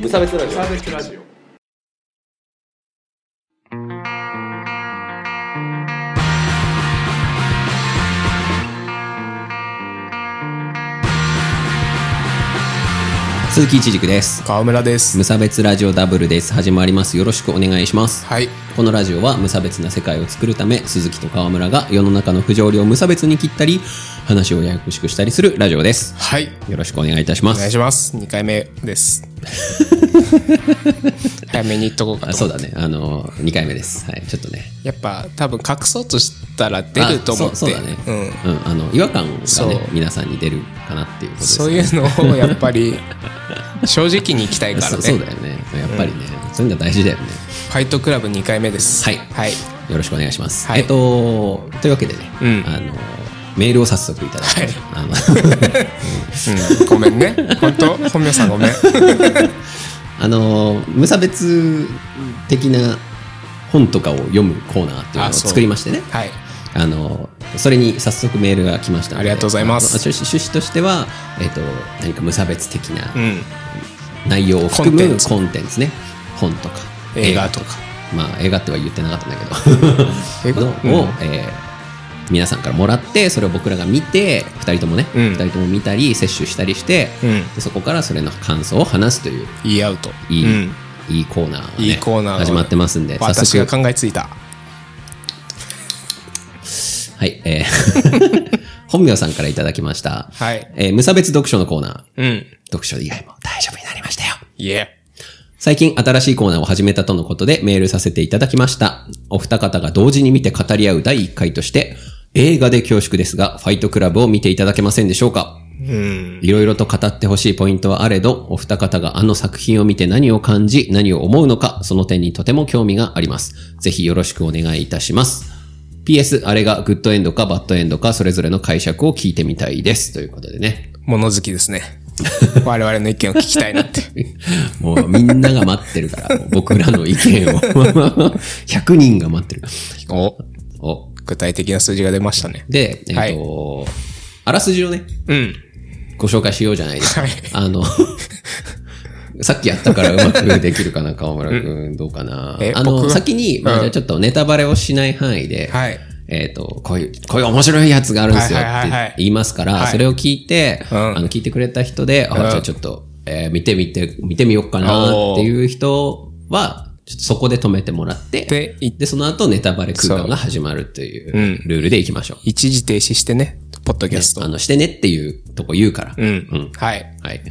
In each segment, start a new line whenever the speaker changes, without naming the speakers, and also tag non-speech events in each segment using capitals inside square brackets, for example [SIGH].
無差別ラジオ
サービスラジオ
鈴木一軸です
川村です
無差別ラジオダブルです始まりますよろしくお願いします
はい
このラジオは無差別な世界を作るため鈴木と川村が世の中の不条理を無差別に切ったり話をややこしくしたりするラジオです
はい
よろしくお願いいたしま
お願い
す
します2回目です
[LAUGHS]
早めに言っとこうか
あ
と
そうだねあの2回目ですはいちょっとね
やっぱ多分隠そうとしたら出ると思って
あそうそうだね
うん、
うん、あの違和感が
そう
ね皆さんに出るかなっていうことです
そういうのをやっぱ
[LAUGHS]
り正直にいきたいから
そ
ね
うそうだよねやっぱりね、そういうのは大事だよね
ファイトクラブ2回目です
はい
はい
よろしくお願いします。
はい
えっと、というわけでね、
うん
あの、メールを早速いただきました。あの
うん、ごめん
[LAUGHS]
ね本当本名さんごめん
あの、無差別的な本とかを読むコーナーっていうのを
あそう
作りましてね、
はい
あの、それに早速メールが来ましたので、
ありがとうございます
あの趣旨趣旨としては、えっと、何か無差別的
う
なん内容を含む
コンテンツ
コンテンツね、本とか、
映画とか。
まあ、映画っては言ってなかったんだけど、
[LAUGHS] 映
の
画うん
を、えー皆さんからもらって、それを僕らが見て、2人ともね、
うん
2人とも見たり、摂取したりして、
うん
でそこからそれの感想を話すという、
言い合うと
いい,、
うん、
いいコーナーが、ね、
いいコーナーが
始まってますんで、早
私
速
が、考えついた
はい、えー [LAUGHS] 本名さんからいただきました、
はい
えー無差別読書のコーナー、
うん
読書以外も大丈夫になりましたよ。
いえ
最近新しいコーナーを始めたとのことでメールさせていただきました。お二方が同時に見て語り合う第1回として、映画で恐縮ですが、ファイトクラブを見ていただけませんでしょうか
うん
いろいろと語ってほしいポイントはあれど、お二方があの作品を見て何を感じ、何を思うのか、その点にとても興味があります。ぜひよろしくお願いいたします。PS、あれがグッドエンドかバッドエンドか、それぞれの解釈を聞いてみたいです。ということでね。
物好きです
[LAUGHS]
ね我々の意見を聞きたいなって
もうみんなが待って
[LAUGHS]
るから、もう僕らの意見を。100人が待ってる。
お
[LAUGHS] お
具体的な数字が出ましたね。
で、えっ、と、あらすじをね、
うん。
ご紹介しようじゃないですか。
はい
あの、 [LAUGHS] さっきやったからうまくできるかな、川村くん、どうかな
え。
あ
僕
の、
が
先に、まあ、じゃあちょっとネタバレをしない範囲で、
はい。
えっ、と、こういう、こういう面白いやつがあるんですよっ
はいはいはいは
て
い
言いますから、
はい
それを聞いて、
うん
あの、聞いてくれた人で、あ、
うん
じゃあちょっと、えー見てみて、見てみようかなっていう人は、ちょっとそこで止めてもらって、
でい
で、その後ネタバレ空間が始まるといううんルールでいきましょう。
一時停止してね、ポッドキャスト。
あの、してねっていうとこ言うから。
うん。
うん。
はい。
はい。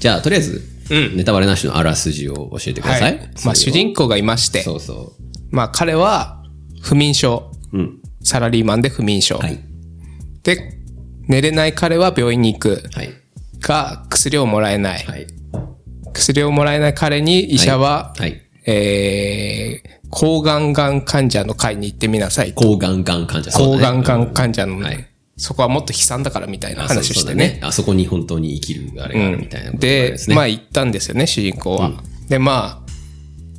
じゃあ、とりあえず、
うん
ネタバレなしのあらすじを教えてください。
まあ主人
公
公がいまして、
そうそ
まあ彼は不眠症。
う。うん。
サラリーマンで不眠症。
はい。
で、寝れない彼は病院に行く。
はい。
が、薬をもらえない。
はい。
薬をもらえない彼に医者は、
はい。
えー、抗がんがん患者の会に行ってみなさいと。
抗がんがん患者。
抗がんが
ん
ん患者の、
はい
そこはもっと悲惨だからみたいな話をしてね。
あそこに本当に生きるあれがあるみたいなこと
で
ですね。
まあ行ったんですよね、主人公は。で、まあ、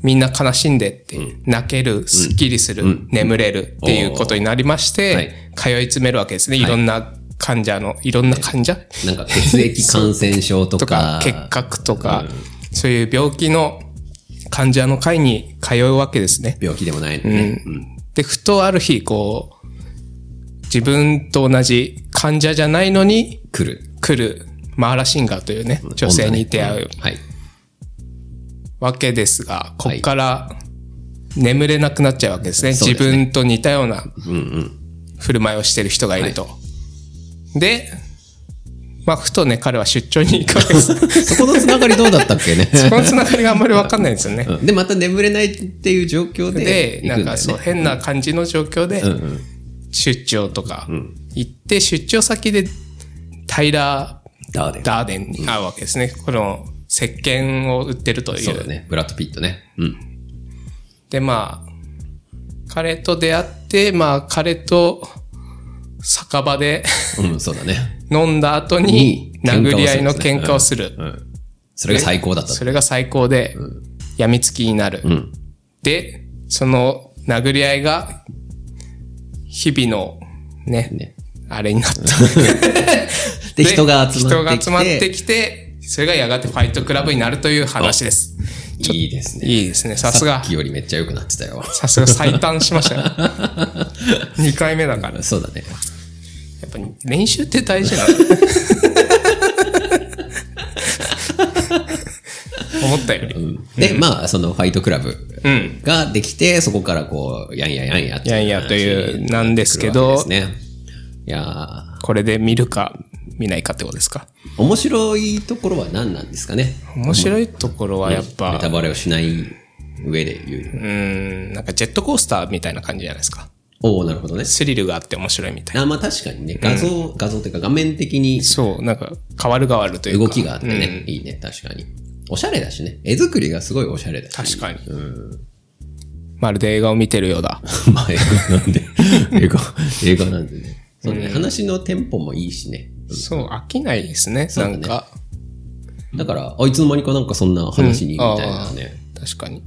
みんな悲しんでって、泣ける、すっきりする、眠れるっていうことになりまして、
はい
通い詰めるわけですね。いろんな患者の、いろんな患者
なんか血液感染症と
と
か
か、、結核とか、そういう病気の患者の会に通うわけですね。
病気でもないのね。うん
で、ふとある日、こう、自分と同じ患者じゃないのに
来る。
来る、マーラシンガーというね、女性に出会う
女。だね。
わけですが、こ
はい
っから眠れなくなっちゃうわけですね。
そうで
自
すね
分と似たような振る舞いをしてる人がいると。で、まあ、ふとね、彼は出張に行くわけ
[LAUGHS]
です。
はい。そこのつながりどうだったっけね。
このつながりがあんまりわかんないんですよね。
うんで、また眠れないっていう状況で
で、
行
な
くんだ
んか
よね。
そう、変な感じの状況で、出張とか行って、出張先でタイラ
ダーデン
ー・ダーデンに会うわけですね。この石鹸を売ってるとい
そうだ
う。
ね。ブラッド・ピットね。うん。
で、まあ、彼と出会って、まあ、彼と酒場で [LAUGHS]
うん、そうだね。
飲んだ後に
に、
殴り合いの喧嘩をす
う
る。
ん。それが最高だった
そ。れが最高で、やみつきになる。
うん。
で、その殴り合いが、日々の、ね、
ね
あれになった。
[LAUGHS] で、人が集まってきて。
人が集まってきて、それがやがてファイトクラブになるという話です。
いいですね。
いいですね。さすが
さっき、よりめっちゃ良くなってたよ。
さすが最短しました
[LAUGHS]
よ。2回目だから。や
そうだね。
っぱり練習って大事な
[LAUGHS]
の。思ったより。
で、まあ、そのファイトクラブ
ん
ができて、そこからこう、やんややんやって
やんやという、なんですけど
話、になってくるわけですね。いや
これで見るか見ないかってことですか。
ー面白いところは何なんですかね。
面白いところはやっ
ネ
ぱ、
タバレをしない上で言うには。
うーん、なんかジェットコースターみたいな感じじゃないですか。
おおなるほどね。
スリルがあって面白いみたいな。
あまあ確かにね、画像、画像っていうか画面的に
そう、なんか変わる変わるというか。
動きがあってね、いいね、確かに。おしゃれだしね。絵作りがすごいおしゃれだし。
確かに。まるで映画を見てるようだ。
まあ映画なんで、
[LAUGHS]
映画、映画なんでね。そうね、話のテンポもいいしね。
そう、飽きないですね。
う
な
だね
んか、
だから、あいつの間にかなんかそんな話に、みたいなね。
確かに。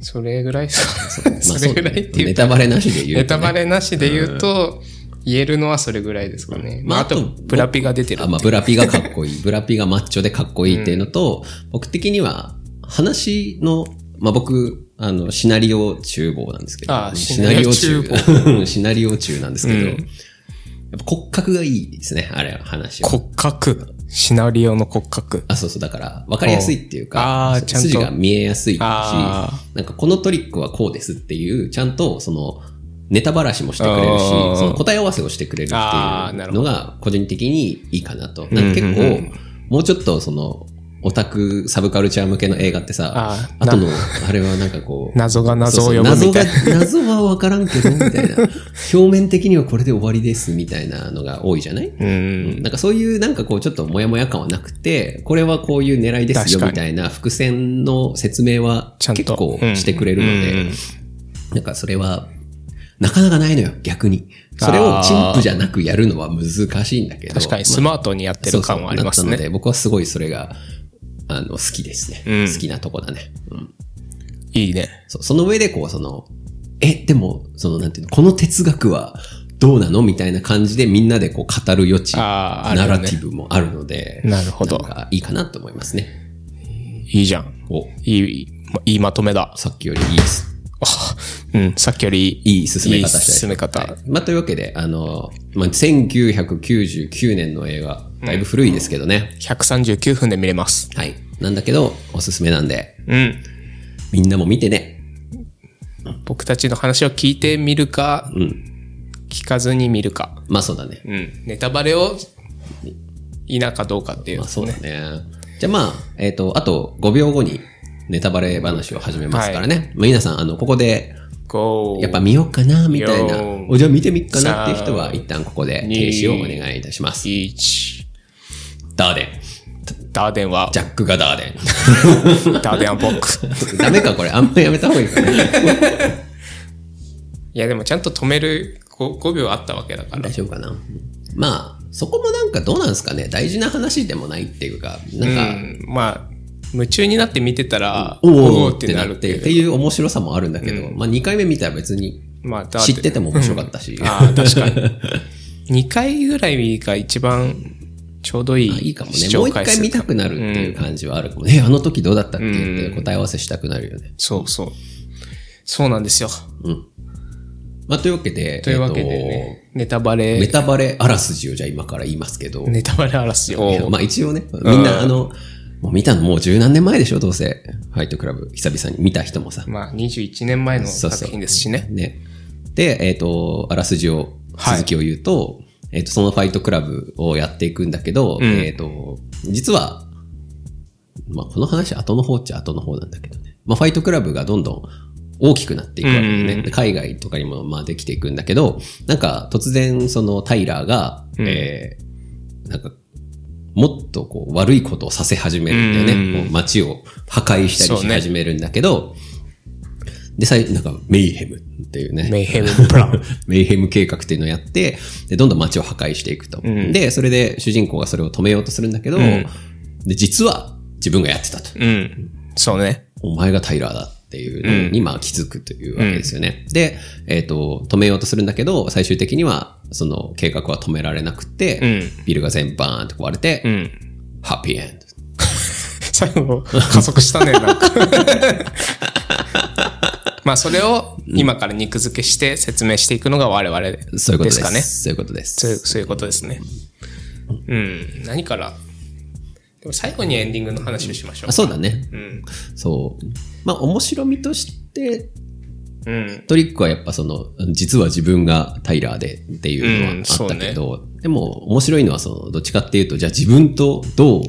それぐらいですかそれぐらいって
ね
い
ネ
うか、
タバレなしで言
ネ
うと
タ
ね、
バレなしで言うと、言えるのはそれぐらいですかね。ま
まあ
あ、あ
あと
と、ブラピが出てる
あ。まあ、ブラピがかっ [LAUGHS] こいい。ブラピがマッチョでかっこいいっていうのと、僕的には、話の、まあ、僕、あの、シナリオ厨房なんですけど。
ああ
シナリオ
シ
厨
ナリオ
シナリオ中なんですけど、やっぱ骨格がいいですね、あれは話は。
骨格。シナリオの骨格。
あ、そうそう、だから、分かりやすいっていう
あ
か
あ、ちゃんと
筋が見えやすいし、な
あ
んかこのトリックはこうですっていう、ちゃんとその、ネタばらしもしてくれるし
あ、あ
その答え合わせをしてくれるって
ああ
い
な
う
る
の
ほ
が、個人的にいいかなと。なんか結構、もうちょっとその、オタク、サブカルチャー向けの映画ってさ
あ、あ
後の、あれはなんかこう、
謎が謎を呼ぶ
そうそう
みたいな。
謎が、謎は分からんけど、みたいな。表面的にはこれで終わりです、みたいなのが多いじゃない
うん。
なんかそういうなんかこうちょっとモヤモヤ感はなくて、これはこういう狙いですよ
確かに
みたいな伏線の説明は
ちゃんと
結構してくれるので、なんかそれはなかなかないのよ、逆に。それをチンプじゃなくやるのは難しいんだけど。
確かにスマートにやってる感はあります
そうそうなったの
ね。
で、僕はすごいそれが、あの、好きですね。
うん
好きなとこだね。うん
いいね。
そうその上でこう、その、え、でも、その、なんていうの、この哲学はどうなのみたいな感じでみんなでこう語る余地、
あーある
ナ
よね
ラティブもあるので、
なるほど
なんかいいかなと思いますね。
いいじゃん。
お、
いい、まいいまとめだ。 [LAUGHS]
さっきよりいいです。
あうん、さっきよりいい。
いい進め方した
いい進め方
はいまあ、というわけで、あの、まあ、1999年の映画、だいぶ古いですけどね。
139分で見れます。
はい。なんだけど、おすすめなんで、
うん。
みんなも見てね。
僕たちの話を聞いてみるか、
うん。
聞かずに見るか。
まあ、そうだね。
うん。ネタバレを、いなかどうかっていう。
まあそうだね。じゃあまあ、えっ、と、あと5秒後にネタバレ話を始めますからね。まあ皆さん、あの、ここで、
こう。
やっぱ見ようかな、みたいな
見よ。う
おじゃあ見てみっかなっていう人は、一旦ここで停止をお願いいたします。
1。
ダーデン。
ダーデン
[LAUGHS]
は
ジ、ャックがダーデ
ダーデンは僕。
ン。ダメか、これ。あんまやめた方がいいかな。 [LAUGHS]
いや、でもちゃんと止める 5, 秒あったわけだから
大。丈夫かな。まあ、そこもなんかどうなんですかね。大事な話でもないっていうか、なんか、
うん。まあ、夢中になって見てたら、
おー
お
お
ー
ーってなっ
け
て、っ
ど
ていう面白さもあるんだけど、まあ2回目見たら別に
まあ、ダーデ
知
ン
ってても面白かったし。
ああ、確かに。2回ぐらいが一番ちょうどい
あ
い。
いいかも
視
ね。
聴
もう一
回
回
数
見たくなるっていう感じはあるかもね。えあの時どうだったっけって答え合わせしたくなるよね。
そうそう。そうなんですよ。
まあ、というわけで、
というわけでね、ネタバ
えっとネ
レ、
タバレあらすじをじゃあ今から言いますけど、
ネタバレ争いを。
まあ一応ね、みんなあの、もう見たのもう十何年前でしょ、どうせ。ファイトクラブ、久々に見た人もさ。
まあ、21年前の
そうそう
作品ですしね。
ね。で、えっ、と、あらすじを、
はい
続きを言うと、えっ、と、そのファイトクラブをやっていくんだけど、
ん
えっ、と、実は、まあ、この話後の方っちゃ後の方なんだけどね。まあ、ファイトクラブがどんどん大きくなっていくわけで
うんう
ね。で海外とかにも、まあ、できていくんだけど、なんか、突然、その、タイラーが、
ん
えーなんか、もっとこう悪いことをさせ始めるんだよね。
うんうんうん
こう街を破壊したりし始めるんだけど、で、最なんか、メイヘムっていうね。
メイヘムプラン。
メイヘム計画っていうのをやって、で、どんどん街を破壊していくと。
ん
で、それで主人公がそれを止めようとするんだけど、
ん
で、実は自分がやってたと。
うん。そうね。
お前がタイラーだっていうのに、まあ気づくというわけですよね。で、えっ、と、止めようとするんだけど、最終的には、その計画は止められなくて、
う
ビルが全部バーンと壊れて、
うん。
ハッピーエンド。
最後、加速したね、なん
[LAUGHS]
か。まあ、それを今から肉付けして説明していくのが我々で
そういうことです
すかね。
そういうことです。
そういうそういうことですね。うん。何からでも最後にエンディングの話をしましょう
あ。そうだね。
うん。
そう。まあ、面白みとして、
うん。
トリックはやっぱその、実は自分がタイラーでっていうのはあったけど、でも面白いのはその、どっちかっていうと、じゃあ自分とどう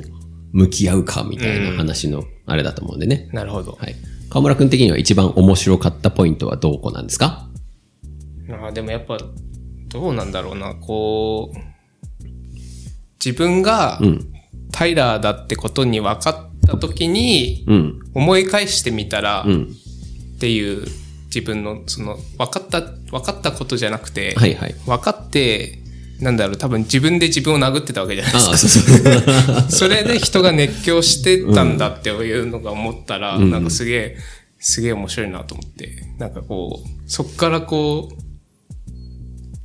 向き合うかみたいな話のあれだと思うんでね。
なるほど。
はい。河村くん的には一番面白かったポイントはどこなんですか
ああでもやっぱ、どうなんだろうな。こう、自分が
うん。
タイラーだってことに分かった時に、
うん。
思い返してみたら、
うん。
っていう自分のその分かった分かったことじゃなくて、
はいはい。
分かってなんだろう多分自分で自分を殴ってたわけじゃない
あ
で
あ、
す
そう
か [LAUGHS]
そう。
それで人が熱狂してたんだっていうのが思ったら、なんかすげえすげえ面白いなと思ってなんかこうそっからこう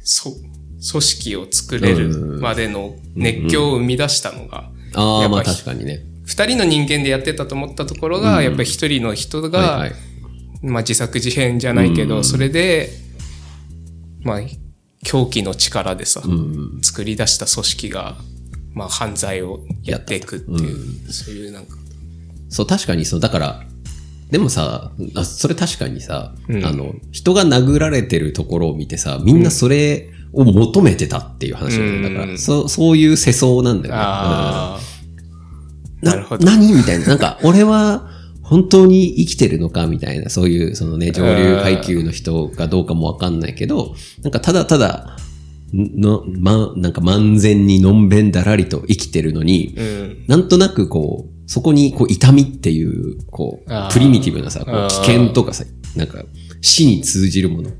そ組織を作れるまでの熱狂を生み出したのが、
あ
や
あ、
っ
ま
ぱ
あ確かにね。
二人の人間でやってたと思ったところが、やっぱり一人の人が、
はいはい。
まあ、自作自演じゃないけど、それで、まあ、狂気の力でさ、作り出した組織が、まあ、犯罪をやっていくっていう、そういうなんか、
そう、確かにそう、だから、でもさ、あそれ確かにさ、あの、人が殴られてるところを見てさ、みんなそれを求めてたっていう話なんだよだから、そう、そういう世相なんだよね。
ああ、なるほど
何みたいな。なんか、 [LAUGHS] 俺は本当に生きてるのかみたいな、そういう、そのね、上流階級の人がどうかもわかんないけど、なんかただただ、の、ま、なんか漫然にのんべんだらりと生きてるのに、
うん、
なんとなくこう、そこにこう痛みっていう、こ
あー
う、プリミティブなさ、こ
あー
う危険とかさ、なんか死に通じるもの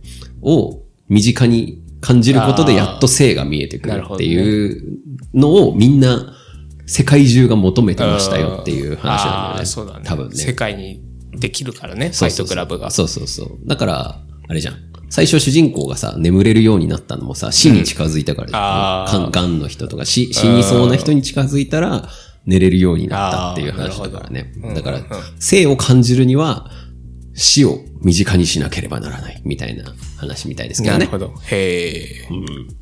を身近に感じることで
あー
やっと生が見えてく
な
る
るほ
っ
ど
て
ね
いうのをみんな世界中が求めてましたよっていう話なんだよ
あ
ね。
ーそうだね。
多分
世
ね。
界にできるからね、フ
そう
ァイ
そ
ト
うそ
ク
う
ラブが。
そうそうそう。だから、あれじゃん。最初主人公がさ、眠れるようになったのもさ、死に近づいたからじ
あ
ゃん。がんの人とか死、死にそうな人に近づいたら、寝れるようになったっていう話だからね
あーなるほど。
だか
う
ら
ん、
生を感じるには、死を身近にしなければならない、みたいな話みたいですけど
なる
ね。
ほど。へえ。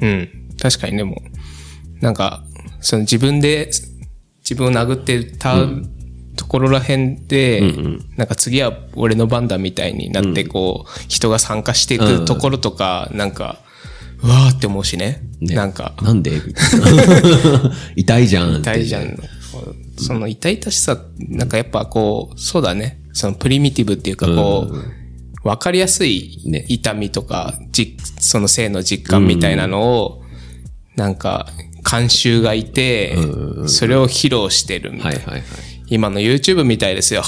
うん。確かにでも、なんか、その自分で、自分を殴ってたところらへんで、なんか次は俺の番だみたいになって、こう、人が参加していくところとか、なんか、うわーって思うしね。
ね
なんか、
なんでみた
[LAUGHS]
いな痛いじゃんって。
痛いじゃん。その痛々しさ、なんかやっぱこう、そうだね。そのプリミティブっていうかこう、わかりやすい
ね
痛みとか、じその性の実感みたいなのを、なんか、監修がいて、それを披露してるみた
はいい
な。
はいはい。
今の YouTube みたい
[LAUGHS]
ですよ。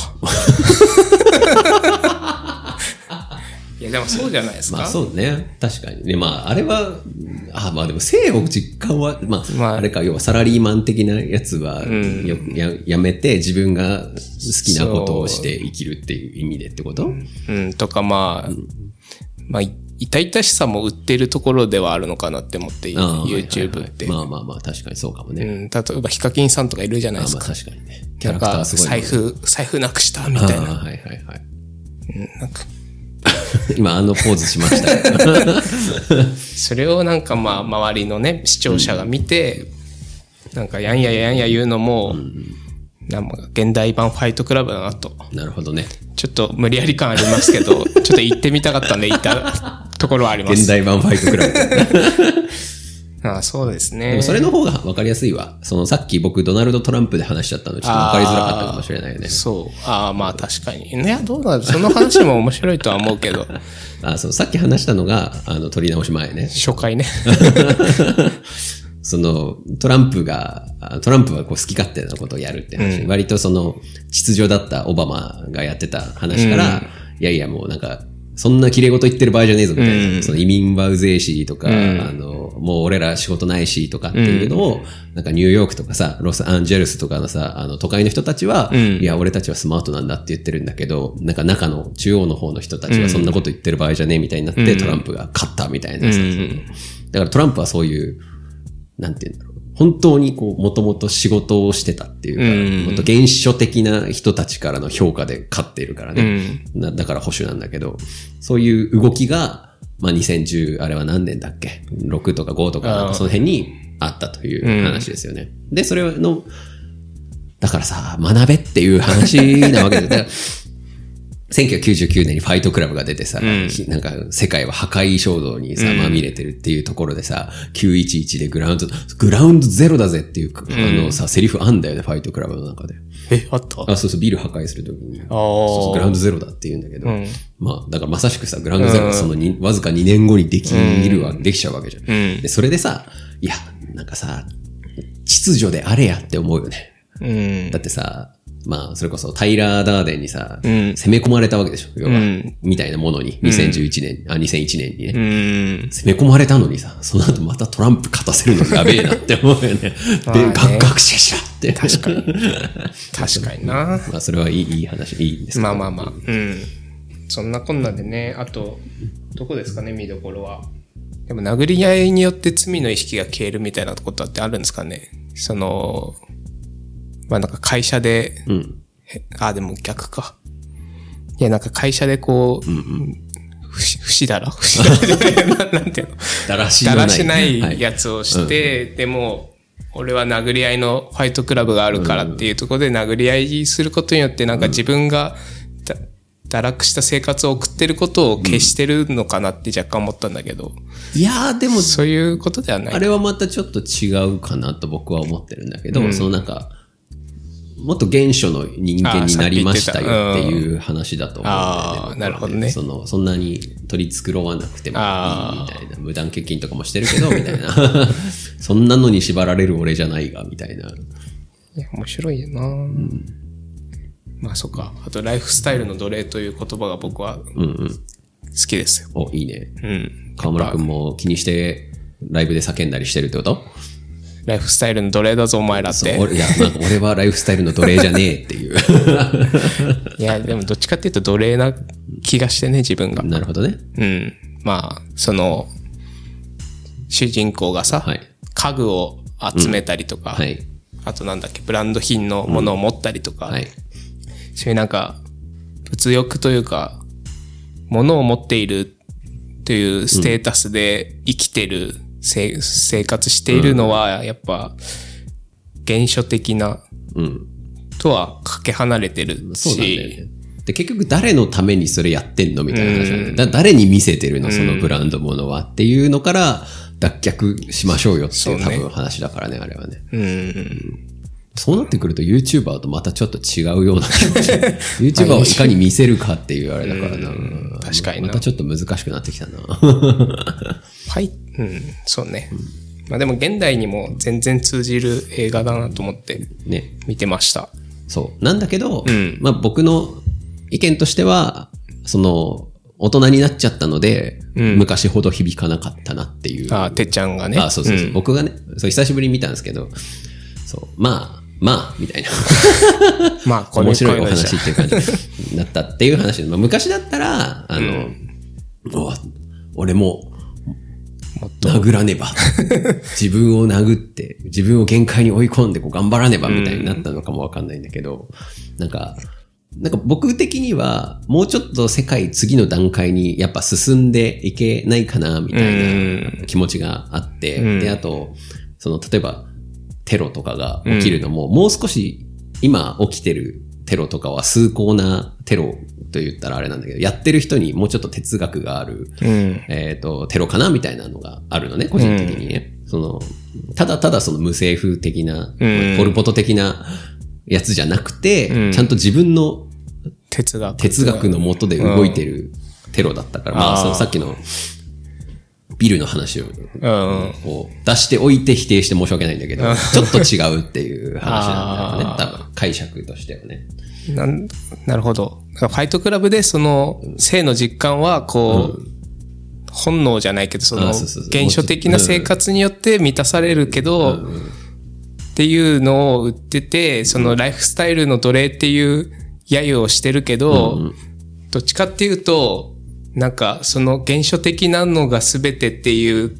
いや、でもそうじゃないですか。
まあそうね。確かに。ね、まああれは、あまあでも性を実感は、まあ、
まあ
あ、れか、要はサラリーマン的なやつは、よややめて自分が好きなことをして生きるっていう意味でってこと、
うん、とかまあ、まあ、い痛々しさも売ってるところではあるのかなって思って、
ああはいはいはい
YouTube って。
まあまあまあ、確かにそうかもね。
うん、例えばヒカキンさんとかいるじゃない
あ
です
まあ
か。
確かにね。キャ
な
ラ
ん
クタ
か
ーすごいもん
財
ね。
布、財布なくしたみたいな。
ああはいはいはい。
なんか
[LAUGHS] 今あのポーズしました
[LAUGHS]
よ
それをなんかまあ周りのね、視聴者が見て、なんかやんややんや言うのも、なんか現代版ファイトクラブだなと。
なるほどね。
ちょっと無理やり感ありますけ
[LAUGHS]
ど、ちょっと行ってみたかったんで行ったところはありま
現
す。
代版ファイトクラブ。
ああそうですね。
でもそれの方が分かりやすいわ。そのさっき僕ドナルド・トランプで話しちゃったのちょっと分かりづらかったかもしれないよね。
そう。ああ、まあ確かに。ね、どうなるその話も面白いとは思うけど、 [LAUGHS]
あそうさっき話したのが、あの、取り直し前ね。
初回ね。
その、トランプが、あトランプはこう好き勝手なことをやるって話、割とその、秩序だったオバマがやってた話から、いやいやもうなんか、そんな綺麗事言ってる場合じゃねえぞみたいな、その移民はうぜえしとか、あの、もう俺ら仕事ないしとかっていうのを、なんかニューヨークとかさ、ロサンゼルスとかのさ、あの、都会の人たちは、いや、俺たちはスマートなんだって言ってるんだけど、なんか中の中央の方の人たちはそんなこと言ってる場合じゃねえみたいになって、トランプが勝ったみたいなさ、だからトランプはそういう、なんて言うんだろう。本当にこう、もともと仕事をしてたっていうか、
うん
本当原初的な人たちからの評価で勝っているから
う
ね。
ん。
なだから保守なんだけど、そういう動きが、まあ、2010、あれは何年だっけ ?6 とか5とか、
あー
なんかその辺にあったという話ですよね。で、それの、だからさ、学べっていう話なわけで、だから1999年にファイトクラブが出てさ、
ん
ひなんか世界は破壊衝動にさ、まみれてるっていうところでさ、911でグラウンド、グラウンドゼロだぜっていう、あのさ、セリフあんだよね、ファイトクラブの中で。
[LAUGHS] え、あった
あ、そうそう、ビル破壊するときに。そうそうグラウンドゼロだって言うんだけど、
うん
まあ、だからまさしくさ、グラウンドゼロがそのに、わずか2年後にできるわ、できちゃうわけじゃん。
ん
で、それでさ、いや、なんかさ、秩序であれやって思うよね。
うん
だ。ってさ、まあ、それこそタイラー・ダーデンにさ、
うん
攻め込まれたわけでしょ、要は。
うん
みたいなものに、2011年、あ、2001年にね。
うん。
攻め込まれたのにさ、その後またトランプ勝たせるのやべえなって思うよね。で、
[LAUGHS] まあね
ガクガクしちゃって。確かに。
確かにな。
まあ、それはいいいい話、いいんですけど
まあまあまあ。うん。そんなこんなでね、あと、どこですかね、見どころは。でも、殴り合いによって罪の意識が消えるみたいなことってあるんですかね。その、まあなんか会社で、
うん。
へあ、でも逆か。いや、なんか会社でこう、不死 [LAUGHS] 不死だら不死だら [LAUGHS] ななんていうの
だらしの
だ
ない。
らしない
はい
やつをして、でも、俺は殴り合いのファイトクラブがあるからっていうところで殴り合いすることによって、なんか自分がだ堕落した生活を送ってることを消してるのかなって若干思ったんだけど、
いやー、でも、
そういうことではない。
あれはまたちょっと違うかなと僕は思ってるんだけど、そのなんか、もっと原初の人間になりましたよっていう話だと思うんだよね。
あさっき言ってたうんあーなるほどね
その、そんなに取り繕わなくてもいいみ
あ
たいな。無断欠勤とかもしてるけど、みたいな。そんなのに縛られる俺じゃないが、みたい
い
な。
や、面白いよな、まあ、そっか。あと、ライフスタイルの奴隷という言葉が僕は
うん
好
うん。
きですよ。
お、いいね。
うん。
河村くんも気にして、ライブで叫んだりしてるってこと
ライフスタイルの奴隷だぞ、お前らって。
俺いや、なんか俺はライフスタイルの奴隷じゃねえって [LAUGHS] いう。
いや、でもどっちかっていうと奴隷な気がしてね、自分が。
なるほどね。
うん。まあ、その、主人公がさ、
はい
家具を集めたりとか、
はい。
あとなんだっけ、ブランド品のものを持ったりとか、
はい。
そういうなんか、物欲というか、物を持っているというステータスで生きてる、せ生活しているのは、やっぱ、原初的な、
うん。
とはかけ離れてる
そうなんだよ
し、
ね。で、結局誰のためにそれやってんのみたいな話なんだよだ誰に見せてるのそのブランドものはっていうのから脱却しましょうよっていう多分話だからね、あれはね。
うん。
そうなってくると YouTuber とまたちょっと違うような気が [LAUGHS] して YouTuber をいかに見せるかっていうあれだからな。
確かにな
またちょっと難しくなってきたな。 [LAUGHS]
はい。うん、そうね。まあでも現代にも全然通じる映画だなと思って
ね。
見てました。
そう。なんだけど、
ん
まあ僕の意見としては、その、大人になっちゃったので、昔ほど響かなかったなっていう。
ああ、てっちゃんがね。
あ、そうそうそう、僕がね、そう、久しぶりに見たんですけど、そう、まあ、まあ、みたいな。
まあ、これ
面白い
こ
お
ううのでし
話
た
っていう感じになったっていう
[LAUGHS]
話で、まあ、昔だったら、あの、うわ俺も、
もっ
殴ら
[LAUGHS]
ねば。自分を殴って、自分を限界に追い込んで、こう頑張らねばみたいになったのかもわかんないんだけど、なんか、なんか僕的には、もうちょっと世界次の段階にやっぱ進んでいけないかな、みた
う
いな気持ちがあって、で、あと、その、例えば、テロとかが起きるのも、もう少し今起きてるテロとかは崇高なテロと言ったらあれなんだけど、やってる人にもうちょっと哲学がある、
うん。
えっ、と、テロかなみたいなのがあるのね、個人的にね。その、ただただその無政府的な、
うん
ポルポト的なやつじゃなくて、
うん
ちゃんと自分の
哲学。
哲学のもとで動いてるテロだったから、まあ、
あー
そのさっきのビルの話を、
うん。
こう、出しておいて否定して申し訳ないんだけど、ちょっと違うっていう話
[LAUGHS]
なんだよね、多分、解釈としてはね。
なんなるほど。だからファイトクラブでその性の実感はこう、本能じゃないけど、そ
あ
の
そうそうそう
原初的な生活によって満たされるけど、っていうのを売ってて、そのライフスタイルの奴隷っていう揶揄をしてるけど、どっちかっていうと、なんかその原初的なのが全てっていう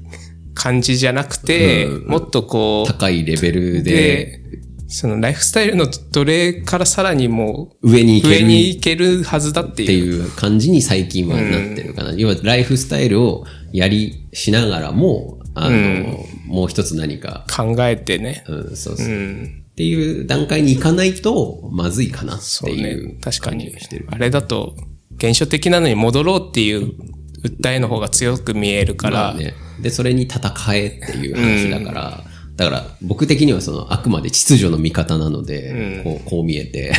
感じじゃなくて、
うん
もっとこう、
高いレベルで、
で、そのライフスタイルの奴隷からさらにも
上に
う
行け
上
る
に
っ
行けるはずだって
て
いう。
いう感じに最近はなってるかな。要は、ライフスタイルをやりしながらも、あの、もう一つ何か、
考えてね。
うん、そうそうう。
ん。
っていう段階に行かないと、まずいかなっ
そ
て
う
いう
ね。確か
感じ
に
がしてる。。
あれだと、現象的なのに戻ろうっていう訴えの方が強く見えるか
まあ
ら、
ね、で、それに戦えっていう話だから、だから僕的にはそのあくまで秩序の味方なので、こうこう見え [LAUGHS] て、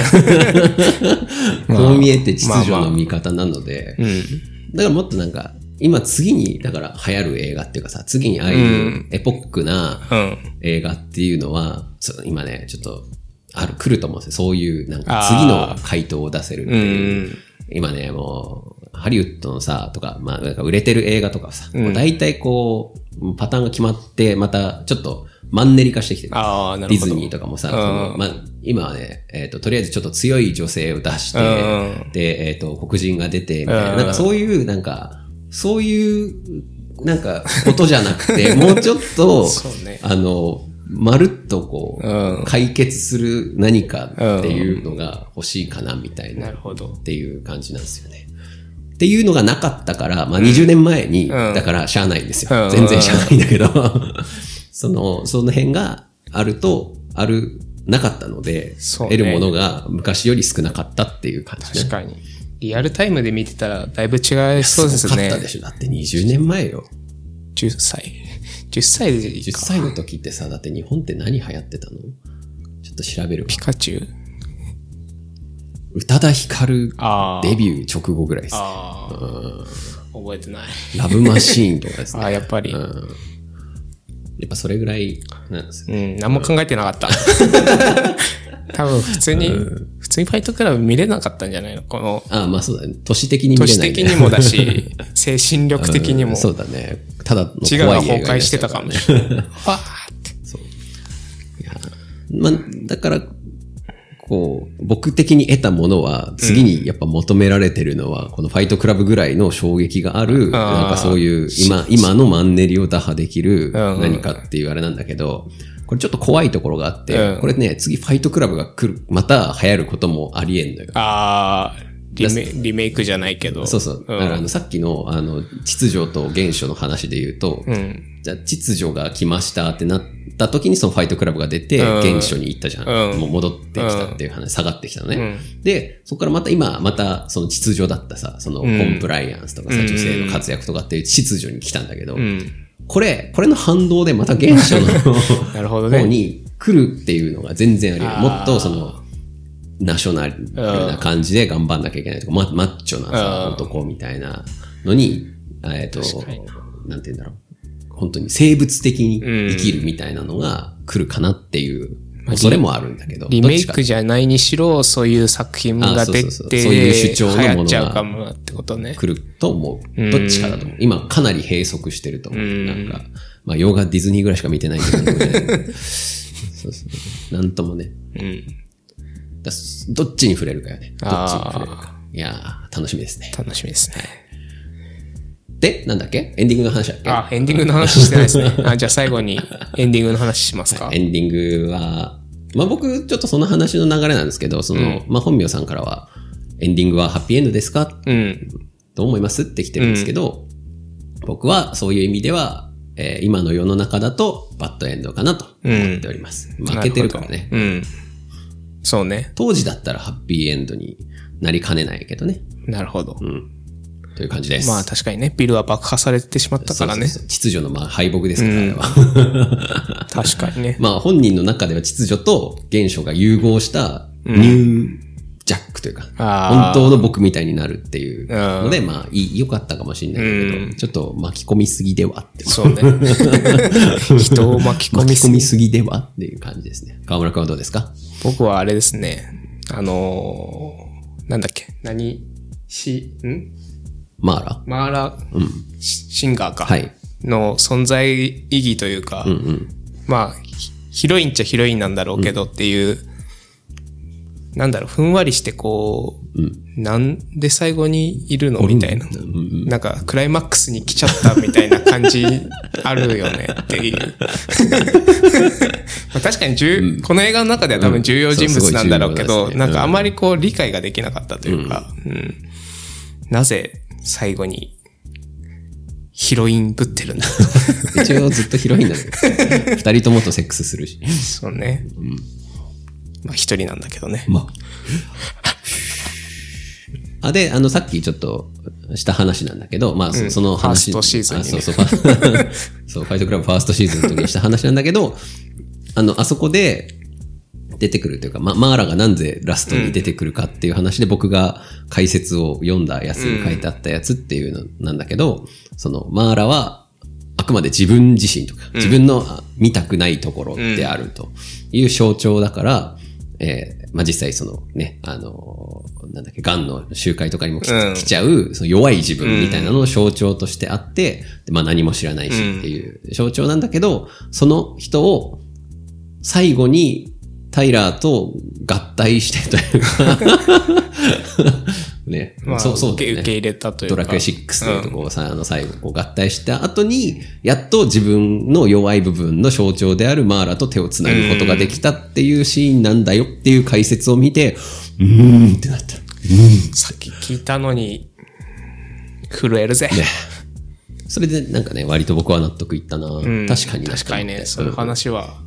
こう見えて秩序の味方なので、だからもっとなんか、今次に、だから流行る映画っていうかさ、次にああいううエポックな
うん
映画っていうのは、そう今ね、ちょっと、ある、来ると思うんですよ。そういう、なんか次の
あ
回答を出せるっていう。今ね、もう、ハリウッドのさ、とか、まあ、なんか売れてる映画とかさ、もう大体こう、パターンが決まって、また、ちょっと、マンネリ化してきてる。
ああ、な
デ
る
ィ
ほ
ズ
ど。
ニーとかもさ、そのまあ、今はね、えっ、と、とりあえずちょっと強い女性を出して、
う
で、えっ、と、黒人が出て、みたいな、
うん
なんかそういう、なんか、そういう、なんか、ことじゃなく
[LAUGHS]
て、もうちょっと、
そうね
あの、まるっとこう、
うん
解決する何かっていうのが欲しいかな、みたいな。
なるほど
っ。ていう感じなんですよね。っていうのがなかったから、まあ、20年前に、
うん
だからしゃあないんです
う
よ。
ん
全然しゃあないんだけど、 [LAUGHS] その、その辺があると、ある、なかったので、
そうね
得るものが昔より少なかったっていう感じ
確かに。リアルタイムで見てたらだいぶ違いそうです
すごかった
ね
で。しょ。だって20年前よ。
10歳。10歳でいい
10
か。
歳の時ってさ、だって日本って何流行ってたのちょっと調べるわ
ピ。カチュウ
宇多田ヒカル
あー
デビュー直後ぐらいですね。
ああ。覚えてない。
ラブマシーンとかですね。
ああ、やっぱり。
うんやっぱそれぐらいなんですよ
うん、何も考えてなか
[LAUGHS]
った。多分普通に、普通にファイトクラブ見れなかったんじゃないのこの、
ああ、まあそうだね。都市的に見
都
れ
市
ない、ね。
的にもだし、精神力的にも、
[LAUGHS] そうだね。ただの怖い映
自
画
我が
になっ
崩
ちゃうらね
壊してたかもしれない。わーって。
まあ、だから、こう、僕的に得たものは、次にやっぱ求められてるのは、このファイトクラブぐらいの衝撃がある、なんかそういう、今、今のマンネリを打破できる何かっていうあれなんだけど、これちょっと怖いところがあって
う、ん
これね、次ファイトクラブが来る、また流行ることもありえんのよ。
あーリメ、リメイクじゃないけど。
そうそう。だからあの、さっきの、あの、秩序と原初の話で言うと、
うん。
じゃあ秩序が来ましたってなった時にそのファイトクラブが出て、
うん
現象に行ったじゃん。
うん
もう戻ってきたっていう話、下がってきたのね。で、そこからまた今、またその秩序だったさ、そのコンプライアンスとかさ、女性の活躍とかっていう秩序に来たんだけど、
うん。
これ、これの反動でまた現象の
なるほど
方
ね。
に来るっていうのが全然あり得る。もっとその、ナショナルな感じで頑張んなきゃいけないとか、ママッチョなさ
うん
男みたいなのに、えっと
確かに、
なんて言うんだろう。本当に生物的に生きるみたいなのが来るかなっていう恐れもあるんだけど。
リメイ
どっちか
クじゃないにしろ、そういう作品が出
あそうそうそう
て、
そういう主張のものが
流行っちゃうかもってことね。
来ると思う。どっちかだと思う。今かなり閉塞してると思う。なんか、まあ洋画ディズニーぐらいしか見てないけど、 [LAUGHS] ね、そうそう。なんともね。
うん。
だすどっちに触れるかよね。どっちに触れるか
あ。
いやー、楽しみですね。
楽しみですね。
で、なんだっけエンディングの話だっけ
あ、エンディングの話してないですね。 [LAUGHS] あじゃあ最後にエンディングの話しますか。
エンディングは、まあ僕、ちょっとその話の流れなんですけど、その、まあ本名さんからは、エンディングはハッピーエンドですか
うん。
どう思いますって来てるんですけど、僕はそういう意味では、えー今の世の中だとバッドエンドかなと思っております。負けてるからね。
なるほど。うん。そうね。
当時だったらハッピーエンドになりかねないけどね。
なるほど。
という感じです。
まあ確かにね、ビルは爆破されてしまったからね。
そうそうそう秩序のまあ敗北ですから、あれは。 [LAUGHS]
確かにね。
まあ本人の中では秩序と原初が融合したニュージャックというか、本
あー
当の僕みたいになるっていうので、まあいい良かったかもしれないけど、ちょっと巻き込みすぎではって。
[LAUGHS] そうね。人を巻き込み
巻き
す
込
ぎ。
みすぎではっていう感じですね。河村くんはどうですか
僕はあれですね。あのー、なんだっけ。何し、ん
マーラ
マーラ、シシンガーか。
はい。
の存在意義というか、まあ、ヒヒロインっちゃヒロインなんだろうけどっていうなんだろう、ふんわりしてこう、なんで最後にいるのみたいな、なんか、クライマックスに来ちゃったみたいな感じあるよねっていう。 [LAUGHS] まあ確かに重、この映画の中では多分重要人物なんだろうけど、
うんそうすごい重要ですね
なんかあまりこう理解ができなかったというか、うんなぜ最後にヒロインぶってるんだと。
一応ずっとヒロインなんだけ
[LAUGHS]
ど二人ともとセックスするし。
そうね。まあ一人なんだけどね。
まあ。あ、で、あの、さっきちょっとした話なんだけど、まあ、そその話。
ファーストシーズンにね
あそうそう、ファそう、ファイト [LAUGHS] クラブファーストシーズンの時にした話なんだけど、あの、あそこで出てくるというか、ま、マーラがなんでラストに出てくるかっていう話で僕が解説を読んだやつに書いてあったやつっていうのなんだけど、その、マーラは、あくまで自分自身とか、自分のあ見たくないところであるという象徴だから、えーまあ、実際そのね、あのーなんだっけ、癌の集会とかにも来,、
うん
ちゃう、その弱い自分みたいなのの象徴としてあって、でまあ何も知らないしっていう象徴なんだけど、その人を最後にタイラーと合体してというか、ね、
[LAUGHS] まあ、
そうそうだ
受
よ
け
ね
受け入れたという
ド
か。
ラクエ6のとこをさ、あの最後こう合体した後に、やっと自分の弱い部分の象徴であるマーラと手をつなぐことができたっていうシーンなんだよっていう解説を見て、うーんってなった。
さっき聞いたのに、震えるぜ。
それでなんかね、割と僕は納得いったな、
うん
確かにな
確かに
[LAUGHS]
ね、
と
そう
思
い
っ
う
て
話は。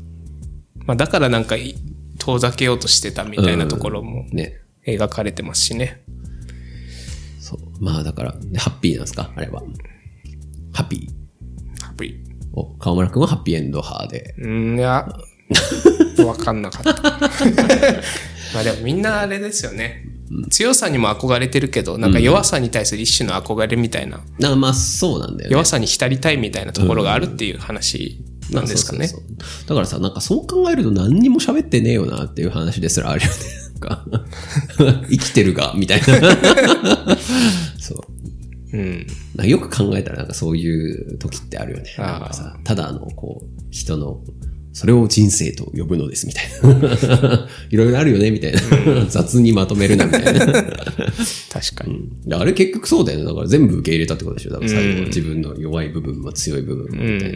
まあだからなんかい、遠ざけようとしてたみたいなところも
うんね。
描かれてますしね。
そう。まあだから、でハッピーなんですかあれは。ハッピー。
ハッピー
お、川村くんはハッピーエンド派で。
うん、い
[LAUGHS]
や、わかんなかった。 [LAUGHS] まあでもみんなあれですよね。強さにも憧れてるけど、なんか弱さに対する一種の憧れみたいな、
なまあそうなんだよね。
弱さに浸りたいみたいなところがあるっていう話なんですかね。
そうそうそうだからさ、なんかそう考えると何にも喋ってねえよなっていう話ですらあるよね。 [LAUGHS] なんか生きてるが、みたいな。 [LAUGHS] そ
う
う。
ん。
なんかよく考えたらなんかそういう時ってあるよね。なんかさ、ただあの、こう、人の、それを人生と呼ぶのです、みたいな。 [LAUGHS] いろいろあるよね、みたいな。 [LAUGHS] 雑にまとめるな、みたいな。
確かに。
であれ結局そうだよね。だから全部受け入れたってことでしょ。だから最後、自分の弱い部分も強い部分もみたい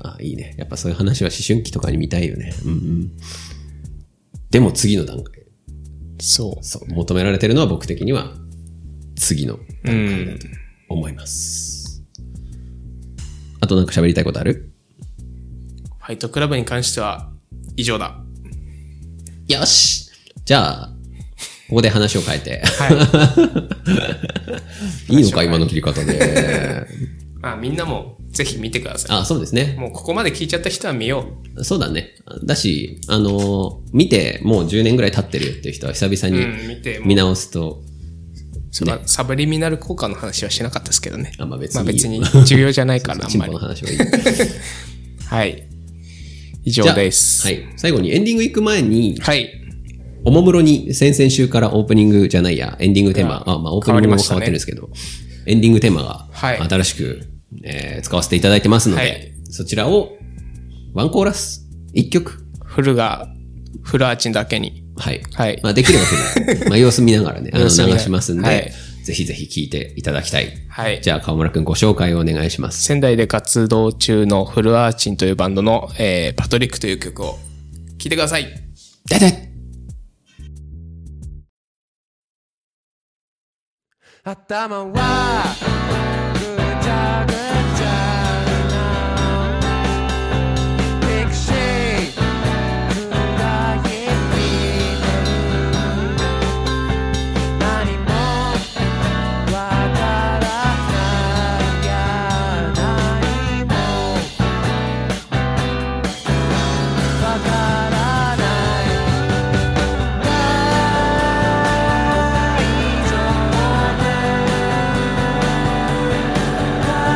な。あいいね。やっぱそういう話は思春期とかに見たいよね。うんうん。でも次の段階。
そ
そう。求められてるのは僕的には次の
う。うん。
思います。あとなんか喋りたいことある
ファイトクラブに関しては以上だ。
よしじゃあ、ここで話を変えて。、
はい
[LAUGHS] いのか今の切り方で。
い。まあみんなもぜひ見てくださ
あ、そうですね
い。。もうここまで聞いちゃった人は見よ
そうだね。だし、あのー見てもう10年ぐらい経ってるよっていう人は久々
う。う
に
ん、見て。も
見直すと、
うまあサブリミナル効果の話はしなかったですけどね。
あまあ別に
まあ別に重要じゃない [LAUGHS] から、あん
チン
ま
ポ
り
の。話はいい。
はい。以上
じゃあ
です。
はい。最後にエンディング行く前に、
はい。
おもむろに先々週からオープニングじゃないや、エンディングテーマ、あまあオープニングも変わってるんですけど、エンディングテーマが
はい
新しく、えー使わせていただいてますので、
はい
そちらをワンコーラス、一曲、
フルが、フルアーチンだけに。
はい。
はい
まあできればフ
[LAUGHS]
ル、まあ様子見ながらね、あの流
様子見ながら
しますんで、
はい
ぜひぜひ聞いていただきたい。
はい
じゃあ川村くんご紹介をお願いします。
仙台で活動中のフルアーチンというバンドの、えーパトリックという曲を聴いてください。
だだい
頭はぐちゃぐちゃなピクシー暗い日々何もわからないや何もわからない大丈夫「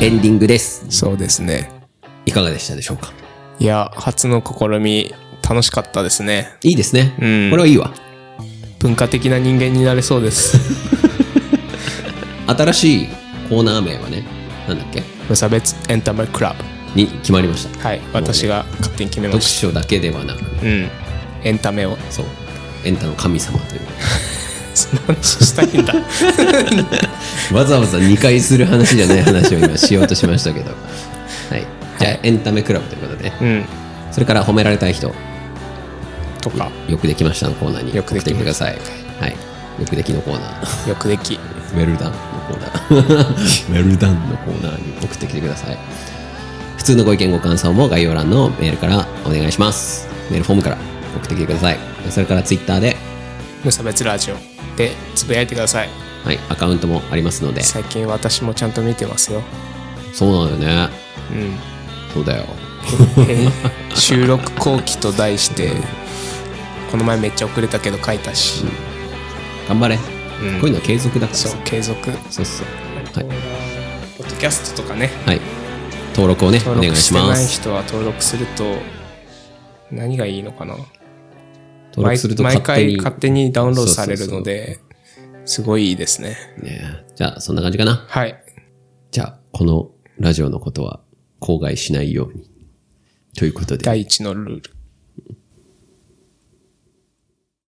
エンディングです。
そうですね。
いかがでしたでしょうか
いや、初の試み、楽しかったですね。
いいですね。
うん
これはいいわ。
文化的な人間になれそう [LAUGHS] です。
新しいコーナー名はね、なんだっけ
無差別エンタメクラブ。
に決まりました。
はい、私が勝手に決めま
読
し
書だけではなく、
た。うん。エンタメを。
そう、エンタの神様という。
その話したいんだ。
わざわざ2回する話じゃない話を今しようとしましたけど。はい。じゃあ、エンタメクラブということでね。
うん。
それから褒められたい人、
とか、
よくできましたのコーナーに
よく
送
で
っ
き
てきてく
ま
ださい。はい。よくできのコーナー。
よくでき。
ウェルダンのコーナ [LAUGHS] ー。ウェルダンのコーナーに送ってきてください。普通のご意見ご感想も概要欄のメールからお願いします。メールフォームから送ってきてください。それからツイッターで、
無差別ラジオでつぶやいてください。
はい、アカウントもありますので。
最近私もちゃんと見てますよ。
そうなんだよね。
うん。
そうだよ。
えー収録後期と題して、この前めっちゃ遅れたけど書いたし。
頑張れ。
ん
こういうのは継続だから
そ
さ
う、継続。
そうそう。はい。
ポッドキャストとかね、
はい。登録をね、お
登
願い
録し
してま
ない
す。
人は登録すると、何がいいのかな
登録すると
毎
勝手に。
毎回勝手にダウンロードされるので、すごいいいですね。
ねじゃあ、そんな感じかな。
はい。
じゃあ、このラジオのことは、口外しないように。ということで。
第一のルール。